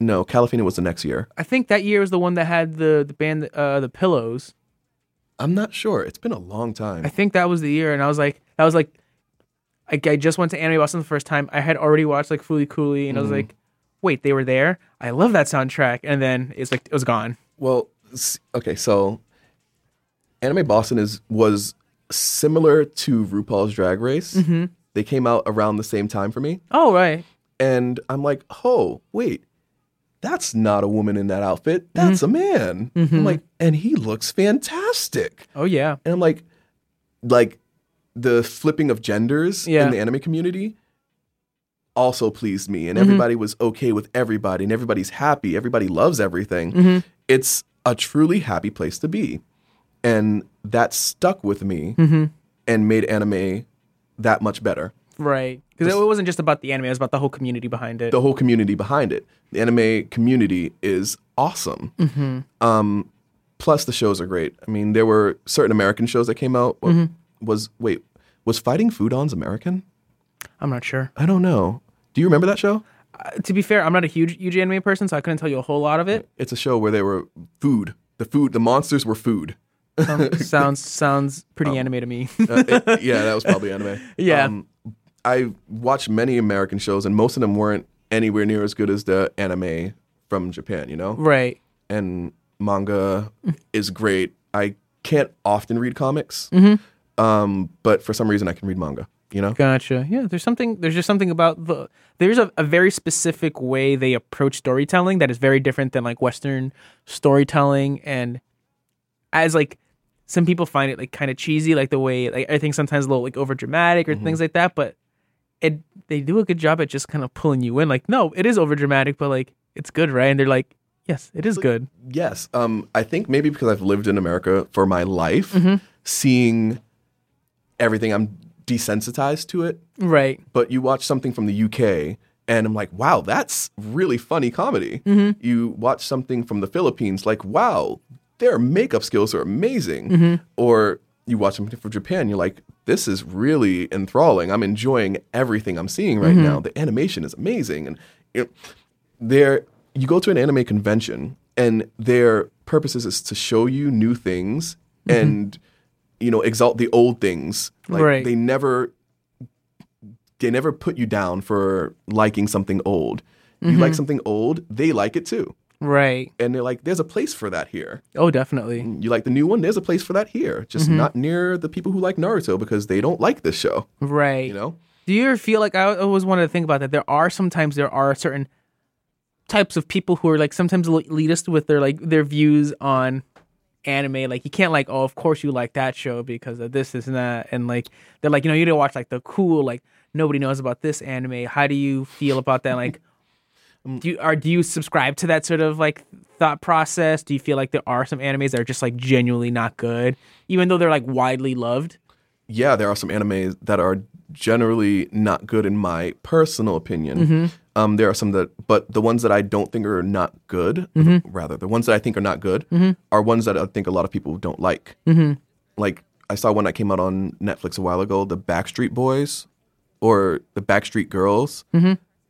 S6: no, Calafina was the next year.
S2: I think that year was the one that had the the band uh the Pillows.
S6: I'm not sure. It's been a long time.
S2: I think that was the year, and I was like, I was like, I, I just went to Anime Boston the first time. I had already watched like Foolie Cooley, and I was like, wait, they were there. I love that soundtrack, and then it's like it was gone.
S6: Well, s- okay, so Anime Boston is was similar to RuPaul's Drag Race. They came out around the same time for me,
S2: Oh right,
S6: and I'm like, "Oh, wait. That's not a woman in that outfit. That's a man." I'm like, "And he looks fantastic."
S2: oh yeah,
S6: And I'm like, like the flipping of genders
S2: Yeah.
S6: in the anime community also pleased me. And everybody was okay with everybody, and everybody's happy. Everybody loves everything.
S2: Mm-hmm.
S6: It's a truly happy place to be. And that stuck with me
S2: Mm-hmm.
S6: and made anime that much better.
S2: right. Because it wasn't just about the anime; it was about the whole community behind it.
S6: The whole community behind it. The anime community is awesome. Um, plus, the shows are great. I mean, there were certain American shows that came out. Was wait, was Fighting Foodons American?
S2: I'm not sure.
S6: I don't know. Do you remember that show?
S2: Uh, to be fair, I'm not a huge huge [LAUGHS] anime person, so I couldn't tell you a whole lot of it.
S6: It's a show where they were food. The food, the monsters were food.
S2: Sounds Um, sounds, sounds pretty anime to me.
S6: Uh, it- yeah, that was probably anime.
S2: Yeah.
S6: Um, I watched many American shows, and most of them weren't anywhere near as good as the anime from Japan, you know?
S2: [LAUGHS] right.
S6: And manga is great. I can't often read comics, um, but for some reason, I can read manga, you know?
S2: Gotcha. Yeah, there's something. There's just something about the. There's a, a very specific way they approach storytelling that is very different than like Western storytelling, and as like some people find it like kind of cheesy, like the way like I think sometimes a little like over dramatic or things like that. But it they do a good job at just kind of pulling you in. Like, no, it is over dramatic, but like it's good, right? And they're like, yes, it is good.
S6: Yes. Um, I think maybe because I've lived in America for my life, seeing everything, I'm desensitized to it.
S2: Right.
S6: but you watch something from the UK and I'm like, wow, that's really funny comedy. You watch something from the Philippines, like, wow, their makeup skills are amazing. Or you watch something from Japan, you're like, this is really enthralling. I'm enjoying everything I'm seeing right now. The animation is amazing. And you know, there you go to an anime convention and their purpose is- is to show you new things and you know, exalt the old things. Like
S2: Right.
S6: they never they never put you down for liking something old. You like something old, they like it too.
S2: Right.
S6: And they're like, there's a place for that here.
S2: Oh, definitely.
S6: You like the new one, there's a place for that here. Just not near the people who like Naruto because they don't like this show,
S2: Right.
S6: you know?
S2: Do you ever feel like I always wanted to think about that? There are sometimes there are certain types of people who are like sometimes el- elitist with their like their views on anime. Like you can't like oh of course you like that show because of this this and that and like they're like you know you don't watch like the cool like nobody knows about this anime. How do you feel about that? Like do you are do you subscribe to that sort of like thought process? Do you feel like there are some animes that are just like genuinely not good, even though they're like widely loved?
S6: yeah, there are some animes that are generally not good in my personal opinion. Um, there are some that, but the ones that I don't think are not good, rather, the ones that I think are not good are ones that I think a lot of people don't like. Like, I saw one that came out on Netflix a while ago, The Backstreet Boys or The Backstreet Girls.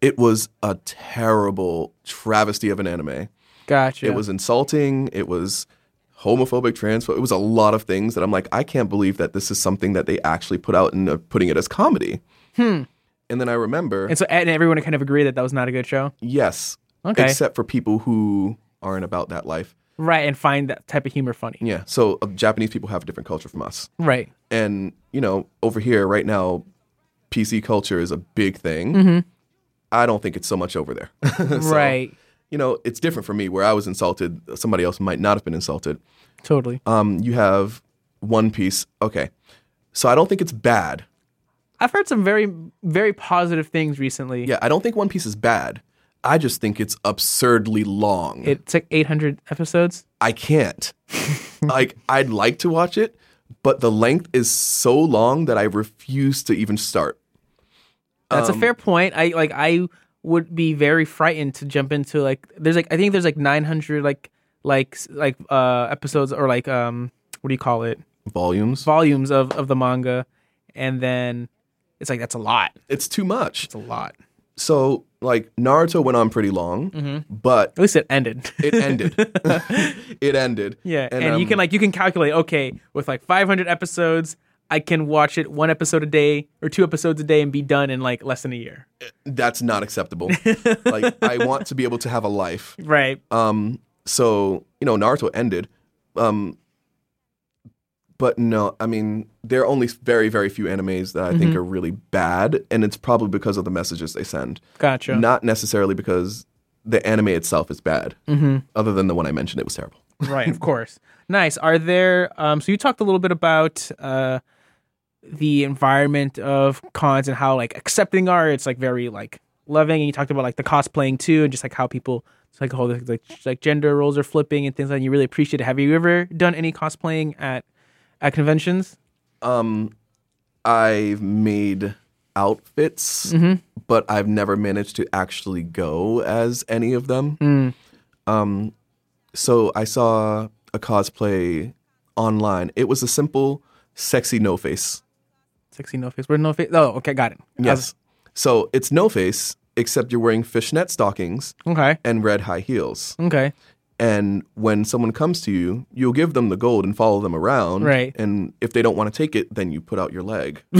S6: It was a terrible travesty of an anime.
S2: Gotcha.
S6: It was insulting. It was homophobic, transphobic. It was a lot of things that I'm like, I can't believe that this is something that they actually put out and are putting it as comedy. And then I remember,
S2: And so, and everyone kind of agreed that that was not a good show,
S6: yes,
S2: Okay.
S6: except for people who aren't about that life.
S2: right? And find that type of humor funny,
S6: Yeah. So uh, Japanese people have a different culture from us.
S2: right?
S6: And, you know, over here right now, PC culture is a big thing. I don't think it's so much over there. [LAUGHS] [LAUGHS] So,
S2: right,
S6: You know, it's different for me where I was insulted. Somebody else might not have been insulted.
S2: totally.
S6: um, you have One Piece. Okay. So I don't think it's bad.
S2: I've heard some very, very positive things recently.
S6: Yeah, I don't think One Piece is bad. I just think it's absurdly long.
S2: it took 800 episodes.
S6: I
S2: [LAUGHS]
S6: can't. like, I'd like to watch it, but the length is so long that I refuse to even start.
S2: That's
S6: Um,
S2: a fair point. I like, I would be very frightened to jump into like. There's like, I think there's like 900 like, like, s- like uh episodes or like um, what do you call it?
S6: Volumes.
S2: Volumes of of the manga, and then it's like that's a lot.
S6: It's too much.
S2: It's a lot.
S6: So, like, Naruto went on pretty long, but
S2: At least it ended. [LAUGHS]
S6: it ended. it ended.
S2: Yeah, and, you
S6: um,
S2: can like you can calculate. Okay, with like 500 episodes, I can watch it one episode a day or two episodes a day and be done in like less than a year.
S6: that's
S2: [LAUGHS]
S6: not acceptable. like, I want to be able to have a life.
S2: Right.
S6: Um, so you know, Naruto ended. Um, but no, I mean, there are only very, very few animes that I think are really bad, and it's probably because of the messages they send,
S2: gotcha.
S6: not necessarily because the anime itself is bad. Mm-hmm. Other than the one I mentioned, it was terrible.
S2: [LAUGHS] right. Of course. Nice. Are there? Um. So you talked a little bit about uh the environment of cons and how like accepting art it's like very like loving and you talked about like the cosplaying too and just like how people it's like whole like, like gender roles are flipping and things like that. you really appreciate it have you ever done any cosplaying at at conventions
S6: Um, I've made outfits, but I've never managed to actually go as any of them. Um, so I saw a cosplay online. It was a simple, sexy no face.
S2: Sexy no face. Where no face? Oh, okay, got it.
S6: Yes. So it's no face, except you're wearing fishnet stockings
S2: Okay.
S6: and red high heels.
S2: Okay.
S6: And when someone comes to you, you'll give them the gold and follow them around.
S2: Right.
S6: And if they don't want to take it, then you put out your leg. [LAUGHS]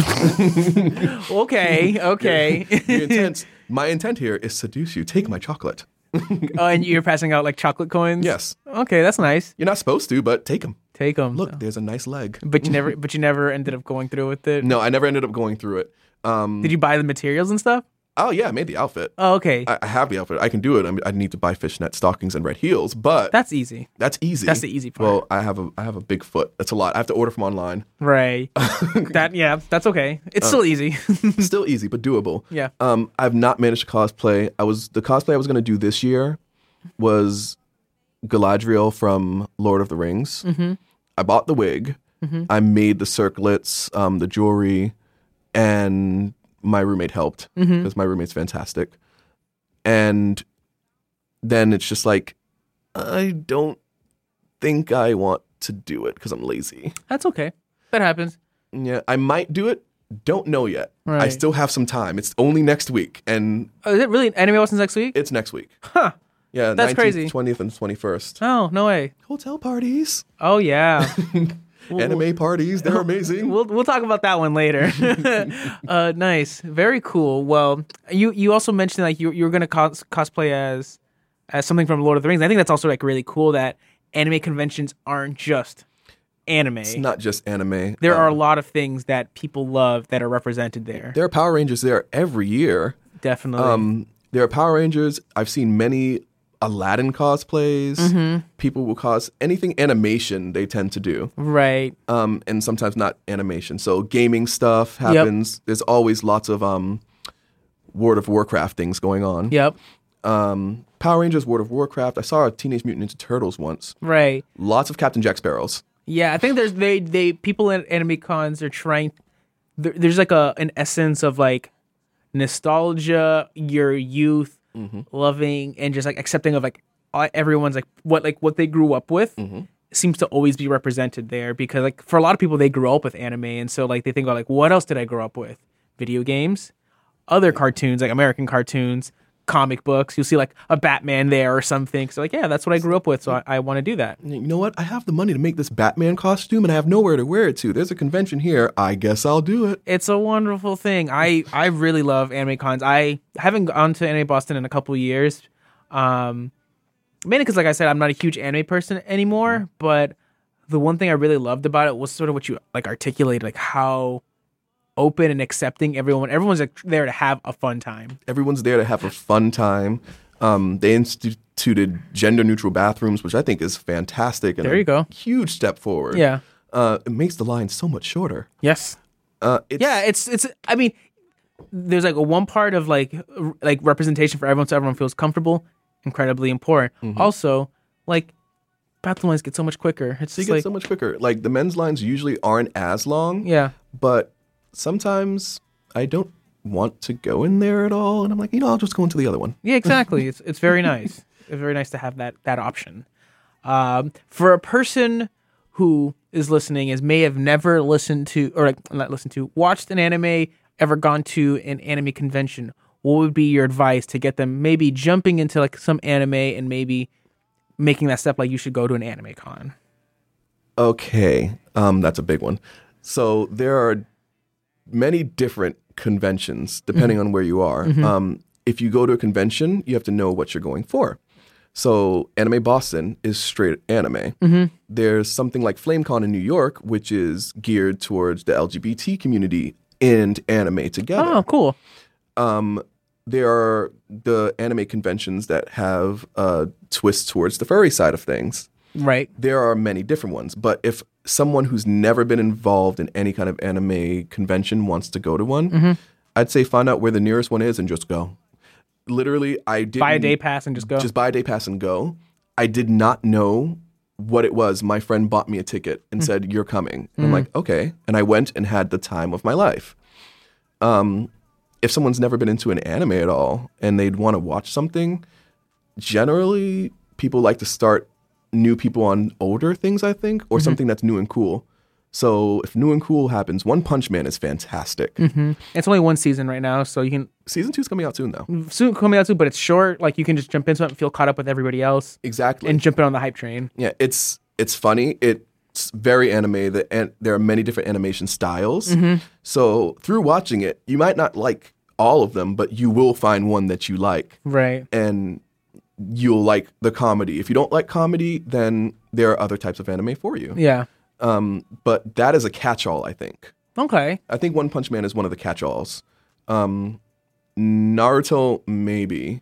S2: Okay, okay. [LAUGHS]
S6: Your intent, my intent here is seduce you. Take my chocolate.
S2: oh, and you're passing out like chocolate coins.
S6: Yes.
S2: Okay, that's nice.
S6: You're not supposed to, but take them.
S2: Take them.
S6: Look, there's a nice leg.
S2: But you never, but you never ended up going through with it.
S6: No, I never ended up going through it. Um,
S2: Did you buy the materials and stuff?
S6: oh yeah, I made the outfit.
S2: Oh, okay.
S6: I, I have the outfit. I can do it. I, mean, I need to buy fishnet stockings and red heels, but
S2: That's easy.
S6: that's easy.
S2: that's the easy part.
S6: Well, I have a I have a big foot. That's a lot. I have to order from online. [LAUGHS]
S2: Right. that yeah, that's okay. It's
S6: Oh.
S2: still easy. [LAUGHS]
S6: Still easy, but doable.
S2: Yeah.
S6: Um, I've not managed to cosplay. I was the cosplay I was going to do this year was Galadriel from Lord of the Rings. Mm-hmm. I bought the wig. I made the circlets, um, the jewelry, and my roommate helped because my roommate's fantastic. And then it's just like I don't think I want to do it because I'm lazy.
S2: that's okay. That happens.
S6: Yeah, I might do it. Don't know yet. I
S2: Right.
S6: still have some time. It's only next week, and
S2: Oh, is it really anime Watson's next week?
S6: it's next week.
S2: Huh.
S6: Yeah,
S2: That's
S6: 19th,
S2: crazy.
S6: 20th and 21st.
S2: Oh no way.
S6: Hotel parties,
S2: Oh yeah. We'll-
S6: anime parties, they're amazing.
S2: We'll we'll talk about that one
S6: [LAUGHS]
S2: later. [LAUGHS] uh, nice, very cool. Well, you you also mentioned like you you were gonna cos- cosplay as as something from Lord of the Rings. I think that's also like really cool that anime conventions aren't just anime.
S6: it's not just anime.
S2: there
S6: Uh,
S2: are a lot of things that people love that are represented there.
S6: there are Power Rangers there every year.
S2: Definitely.
S6: Um, there are Power Rangers. I've seen many Aladdin cosplays.
S2: Mm-hmm.
S6: People will cos anything animation they tend to do.
S2: right.
S6: um, and sometimes not animation. So gaming stuff happens. There's always lots of um, World of Warcraft things going on.
S2: Yep.
S6: Um, Power Rangers, World of Warcraft. I saw a Teenage Mutant Ninja Turtles once.
S2: Right.
S6: Lots of Captain Jack Sparrows.
S2: Yeah, I think there's they they people at anime cons are trying. There, there's like a an essence of like nostalgia, your youth, loving, and just like accepting of like all- everyone's like what like what they grew up with. Seems to always be represented there because like for a lot of people they grew up with anime and so like they think about like what else did I grow up with? Video games, other cartoons like American cartoons, comic books. You'll see like a Batman there or something. So like yeah, that's what I grew up with. So I, I want to do that.
S6: And You know what? I have the money to make this Batman costume, and I have nowhere to wear it to. There's a convention here. I guess I'll do it.
S2: it's a wonderful thing. I I really love anime cons. I haven't gone to anime Boston in a couple years, um, mainly because, like I said, I'm not a huge anime person anymore. But the one thing I really loved about it was sort of what you like articulated, like how open and accepting everyone. Everyone's like, there to have a fun time.
S6: Everyone's there to have a fun time. Um, they instituted gender neutral bathrooms, which I think is fantastic. And
S2: There
S6: a
S2: you go.
S6: Huge step forward.
S2: Yeah.
S6: Uh, it makes the line so much shorter.
S2: Yes.
S6: Uh, it's,
S2: Yeah. It's it's. I mean, there's like a one part of like r- like representation for everyone, so everyone feels comfortable. Incredibly important. Also, like bathroom lines get so much quicker. It's
S6: They
S2: just
S6: get
S2: like
S6: so much quicker. Like the men's lines usually aren't as long.
S2: Yeah.
S6: But sometimes I don't want to go in there at all, and I'm like, you know, I'll just go into the other one.
S2: Yeah, exactly. it's it's very nice. It's very nice to have that that option. Um, for a person who is listening is may have never listened to or like not listened to watched an anime, ever gone to an anime convention, what would be your advice to get them maybe jumping into like some anime and maybe making that step like you should go to an anime con?
S6: Okay, um, that's a big one. So there are many different conventions depending on where you are. Um, if you go to a convention, you have to know what you're going for. So Anime Boston is straight anime. There's something like FlameCon in New York, which is geared towards the LGBT community and anime
S2: Oh,
S6: together.
S2: cool.
S6: there are the anime conventions that have a twist towards the furry side of things.
S2: Right.
S6: There are many different ones, but if someone who's never been involved in any kind of anime convention wants to go to one,
S2: Mm-hmm.
S6: I'd say find out where the nearest one is and just go. Literally, I did
S2: Buy a day pass and just go.
S6: Just buy a day pass and go. I did not know what it was. My friend bought me a ticket
S2: Mm.
S6: and said, "You're coming." And I'm like, "Okay." And I went and had the time of my life. Um, if someone's never been into an anime at all and they'd want to watch something, generally
S2: Mm-hmm.
S6: people like to start new people on older things. I think, or something that's new and cool. So if New and Cool happens, One Punch Man is fantastic.
S2: It's only one season right now, so you can
S6: Season two's coming out soon, though.
S2: soon coming out soon, but it's short. Like you can just jump into it and feel caught up with everybody else
S6: Exactly.
S2: and jump in on the hype train.
S6: yeah, it's it's funny. It's very anime. That and there are many different animation styles.
S2: Mm-hmm.
S6: So through watching it, you might not like all of them, but you will find one that you like,
S2: Right.
S6: and you'll like the comedy. If you don't like comedy, then there are other types of anime for you.
S2: Yeah.
S6: Um, but that is a catch-all, I think.
S2: Okay.
S6: I think One Punch Man is one of the catch-alls. Um, Naruto maybe,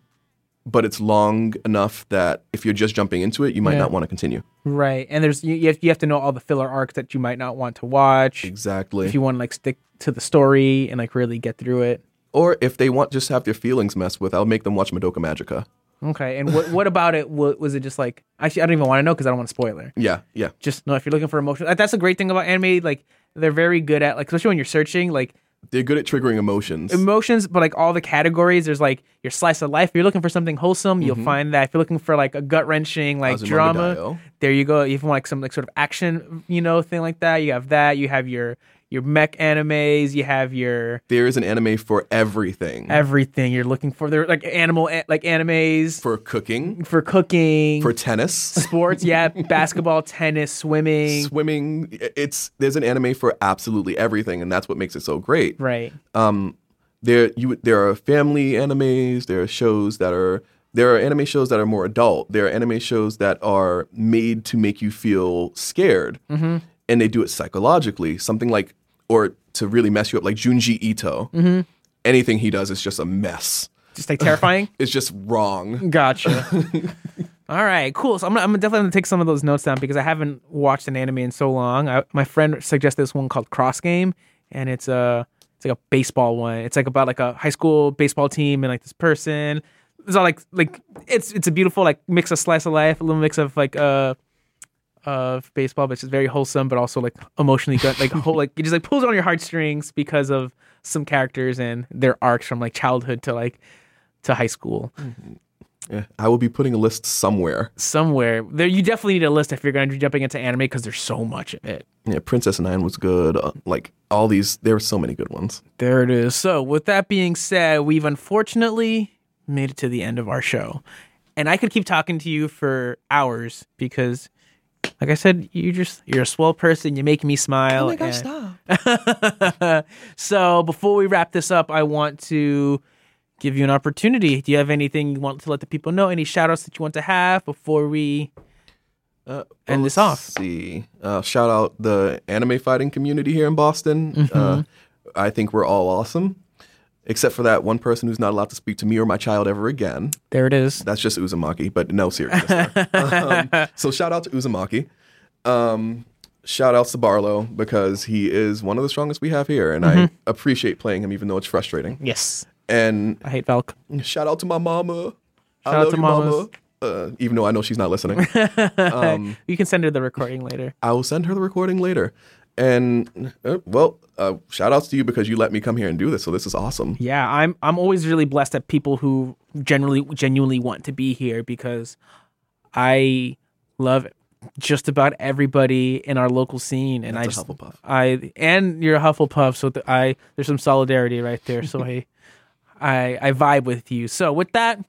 S6: but it's long enough that if you're just jumping into it, you might
S2: Yeah.
S6: not want to continue.
S2: Right. And there's you, you have you have to know all the filler arcs that you might not want to watch
S6: Exactly.
S2: if you want to like stick to the story and like really get through it.
S6: or if they want just to have their feelings messed with, I'll make them watch Madoka Magica.
S2: Okay. And what what about it? What, was it just like? Actually, I don't even want to know because I don't want to spoiler.
S6: Yeah, yeah.
S2: Just know if you're looking for emotion. that- That's a great thing about anime. Like they're very good at like especially when you're searching like
S6: They're good at triggering emotions.
S2: emotions, but like all the categories. There's like your slice of life. If you're looking for something wholesome, you'll find that. If you're looking for like a gut wrenching like
S6: Azumanga
S2: drama,
S6: Daioh.
S2: there you go. If you want like some like sort of action, you know, thing like that, you have that. You have your your mech animes. You have your
S6: there is an anime for everything.
S2: everything you're looking for. There like animal a- like animes for,
S6: for cooking,
S2: cooking,
S6: for tennis,
S2: sports. yeah, basketball, tennis, swimming.
S6: swimming. It's there's an anime for absolutely everything, and that's what makes it so great.
S2: Right.
S6: There you there are family animes, there are shows that are there are anime shows that are more adult. There are anime shows that are made to make you feel scared. Mm-hmm. And they do it psychologically, something like or to really mess you up like Junji Ito. Mm-hmm. Anything he does is just a mess.
S2: Just like terrifying.
S6: It's just wrong.
S2: Gotcha. [LAUGHS] All right, cool. So I'm, gonna, I'm definitely gonna take some of those notes down because I haven't watched an anime in so long. I, my friend suggested this one called Cross Game, and it's a it's like a baseball one. It's like about like a high school baseball team and like this person. It's all like like it's it's a beautiful like mix of slice of life, a little mix of like uh of baseball, but it's just very wholesome, but also like emotionally gut, like whole like it just like pulls on your heartstrings because of some characters and their arcs from like childhood to like to high school
S6: Yeah. I will be putting a list somewhere.
S2: somewhere. There, you definitely need a list if you're going to be jumping into anime because there's so much of it.
S6: Yeah, Princess Nine was good. Uh, like all these there were so many good ones.
S2: There it is. So, with that being said, we've unfortunately made it to the end of our show, and I could keep talking to you for hours because, like I said, you just you're a swell person. You make me smile. Oh my gosh, stop! [LAUGHS] so, before we wrap this up, I want to give you an opportunity. Do you have anything you want to let the people know? Any shout outs that you want to have before we?
S6: Uh,
S2: End
S6: well,
S2: this off.
S6: let's See, uh, shout out the anime fighting community here in Boston.
S2: Mm-hmm.
S6: Uh, I think we're all awesome, except for that one person who's not allowed to speak to me or my child ever again.
S2: There it is.
S6: That's just Uzumaki, but no seriousness.
S2: [LAUGHS]
S6: there. um, so shout out to Uzumaki. Um, shout out to Barlow because he is one of the strongest we have here, and
S2: Mm-hmm.
S6: I appreciate playing him, even though it's frustrating.
S2: Yes,
S6: And
S2: I hate Valk.
S6: shout out to my mama. I
S2: Shout out
S6: love
S2: to
S6: you,
S2: mamas.
S6: Uh, even though I know she's not listening.
S2: you can send her the recording later.
S6: I will send her the recording later. And uh, well, uh, shout outs to you because you let me come here and do this. So this is awesome.
S2: Yeah, I'm I'm always really blessed at people who generally genuinely want to be here because I love just about everybody in our local scene, and
S6: That's
S2: I
S6: a
S2: just
S6: Hufflepuff.
S2: I and you're a Hufflepuff, so th- I there's some solidarity right there. [LAUGHS] So I I I vibe with you. So with that,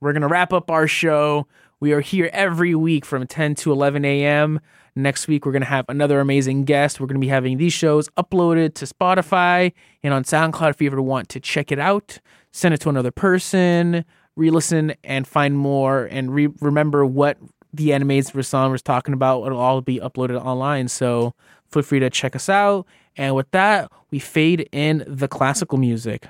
S2: we're gonna wrap up our show. We are here every week from 10 to 11 a.m. Next week, we're going to have another amazing guest. We're going to be having these shows uploaded to Spotify and on SoundCloud if you ever want to check it out. Send it to another person, re listen, and find more and re- remember what the animes Rasan was talking about. It'll all be uploaded online. So feel free to check us out. And with that, we fade in the classical music.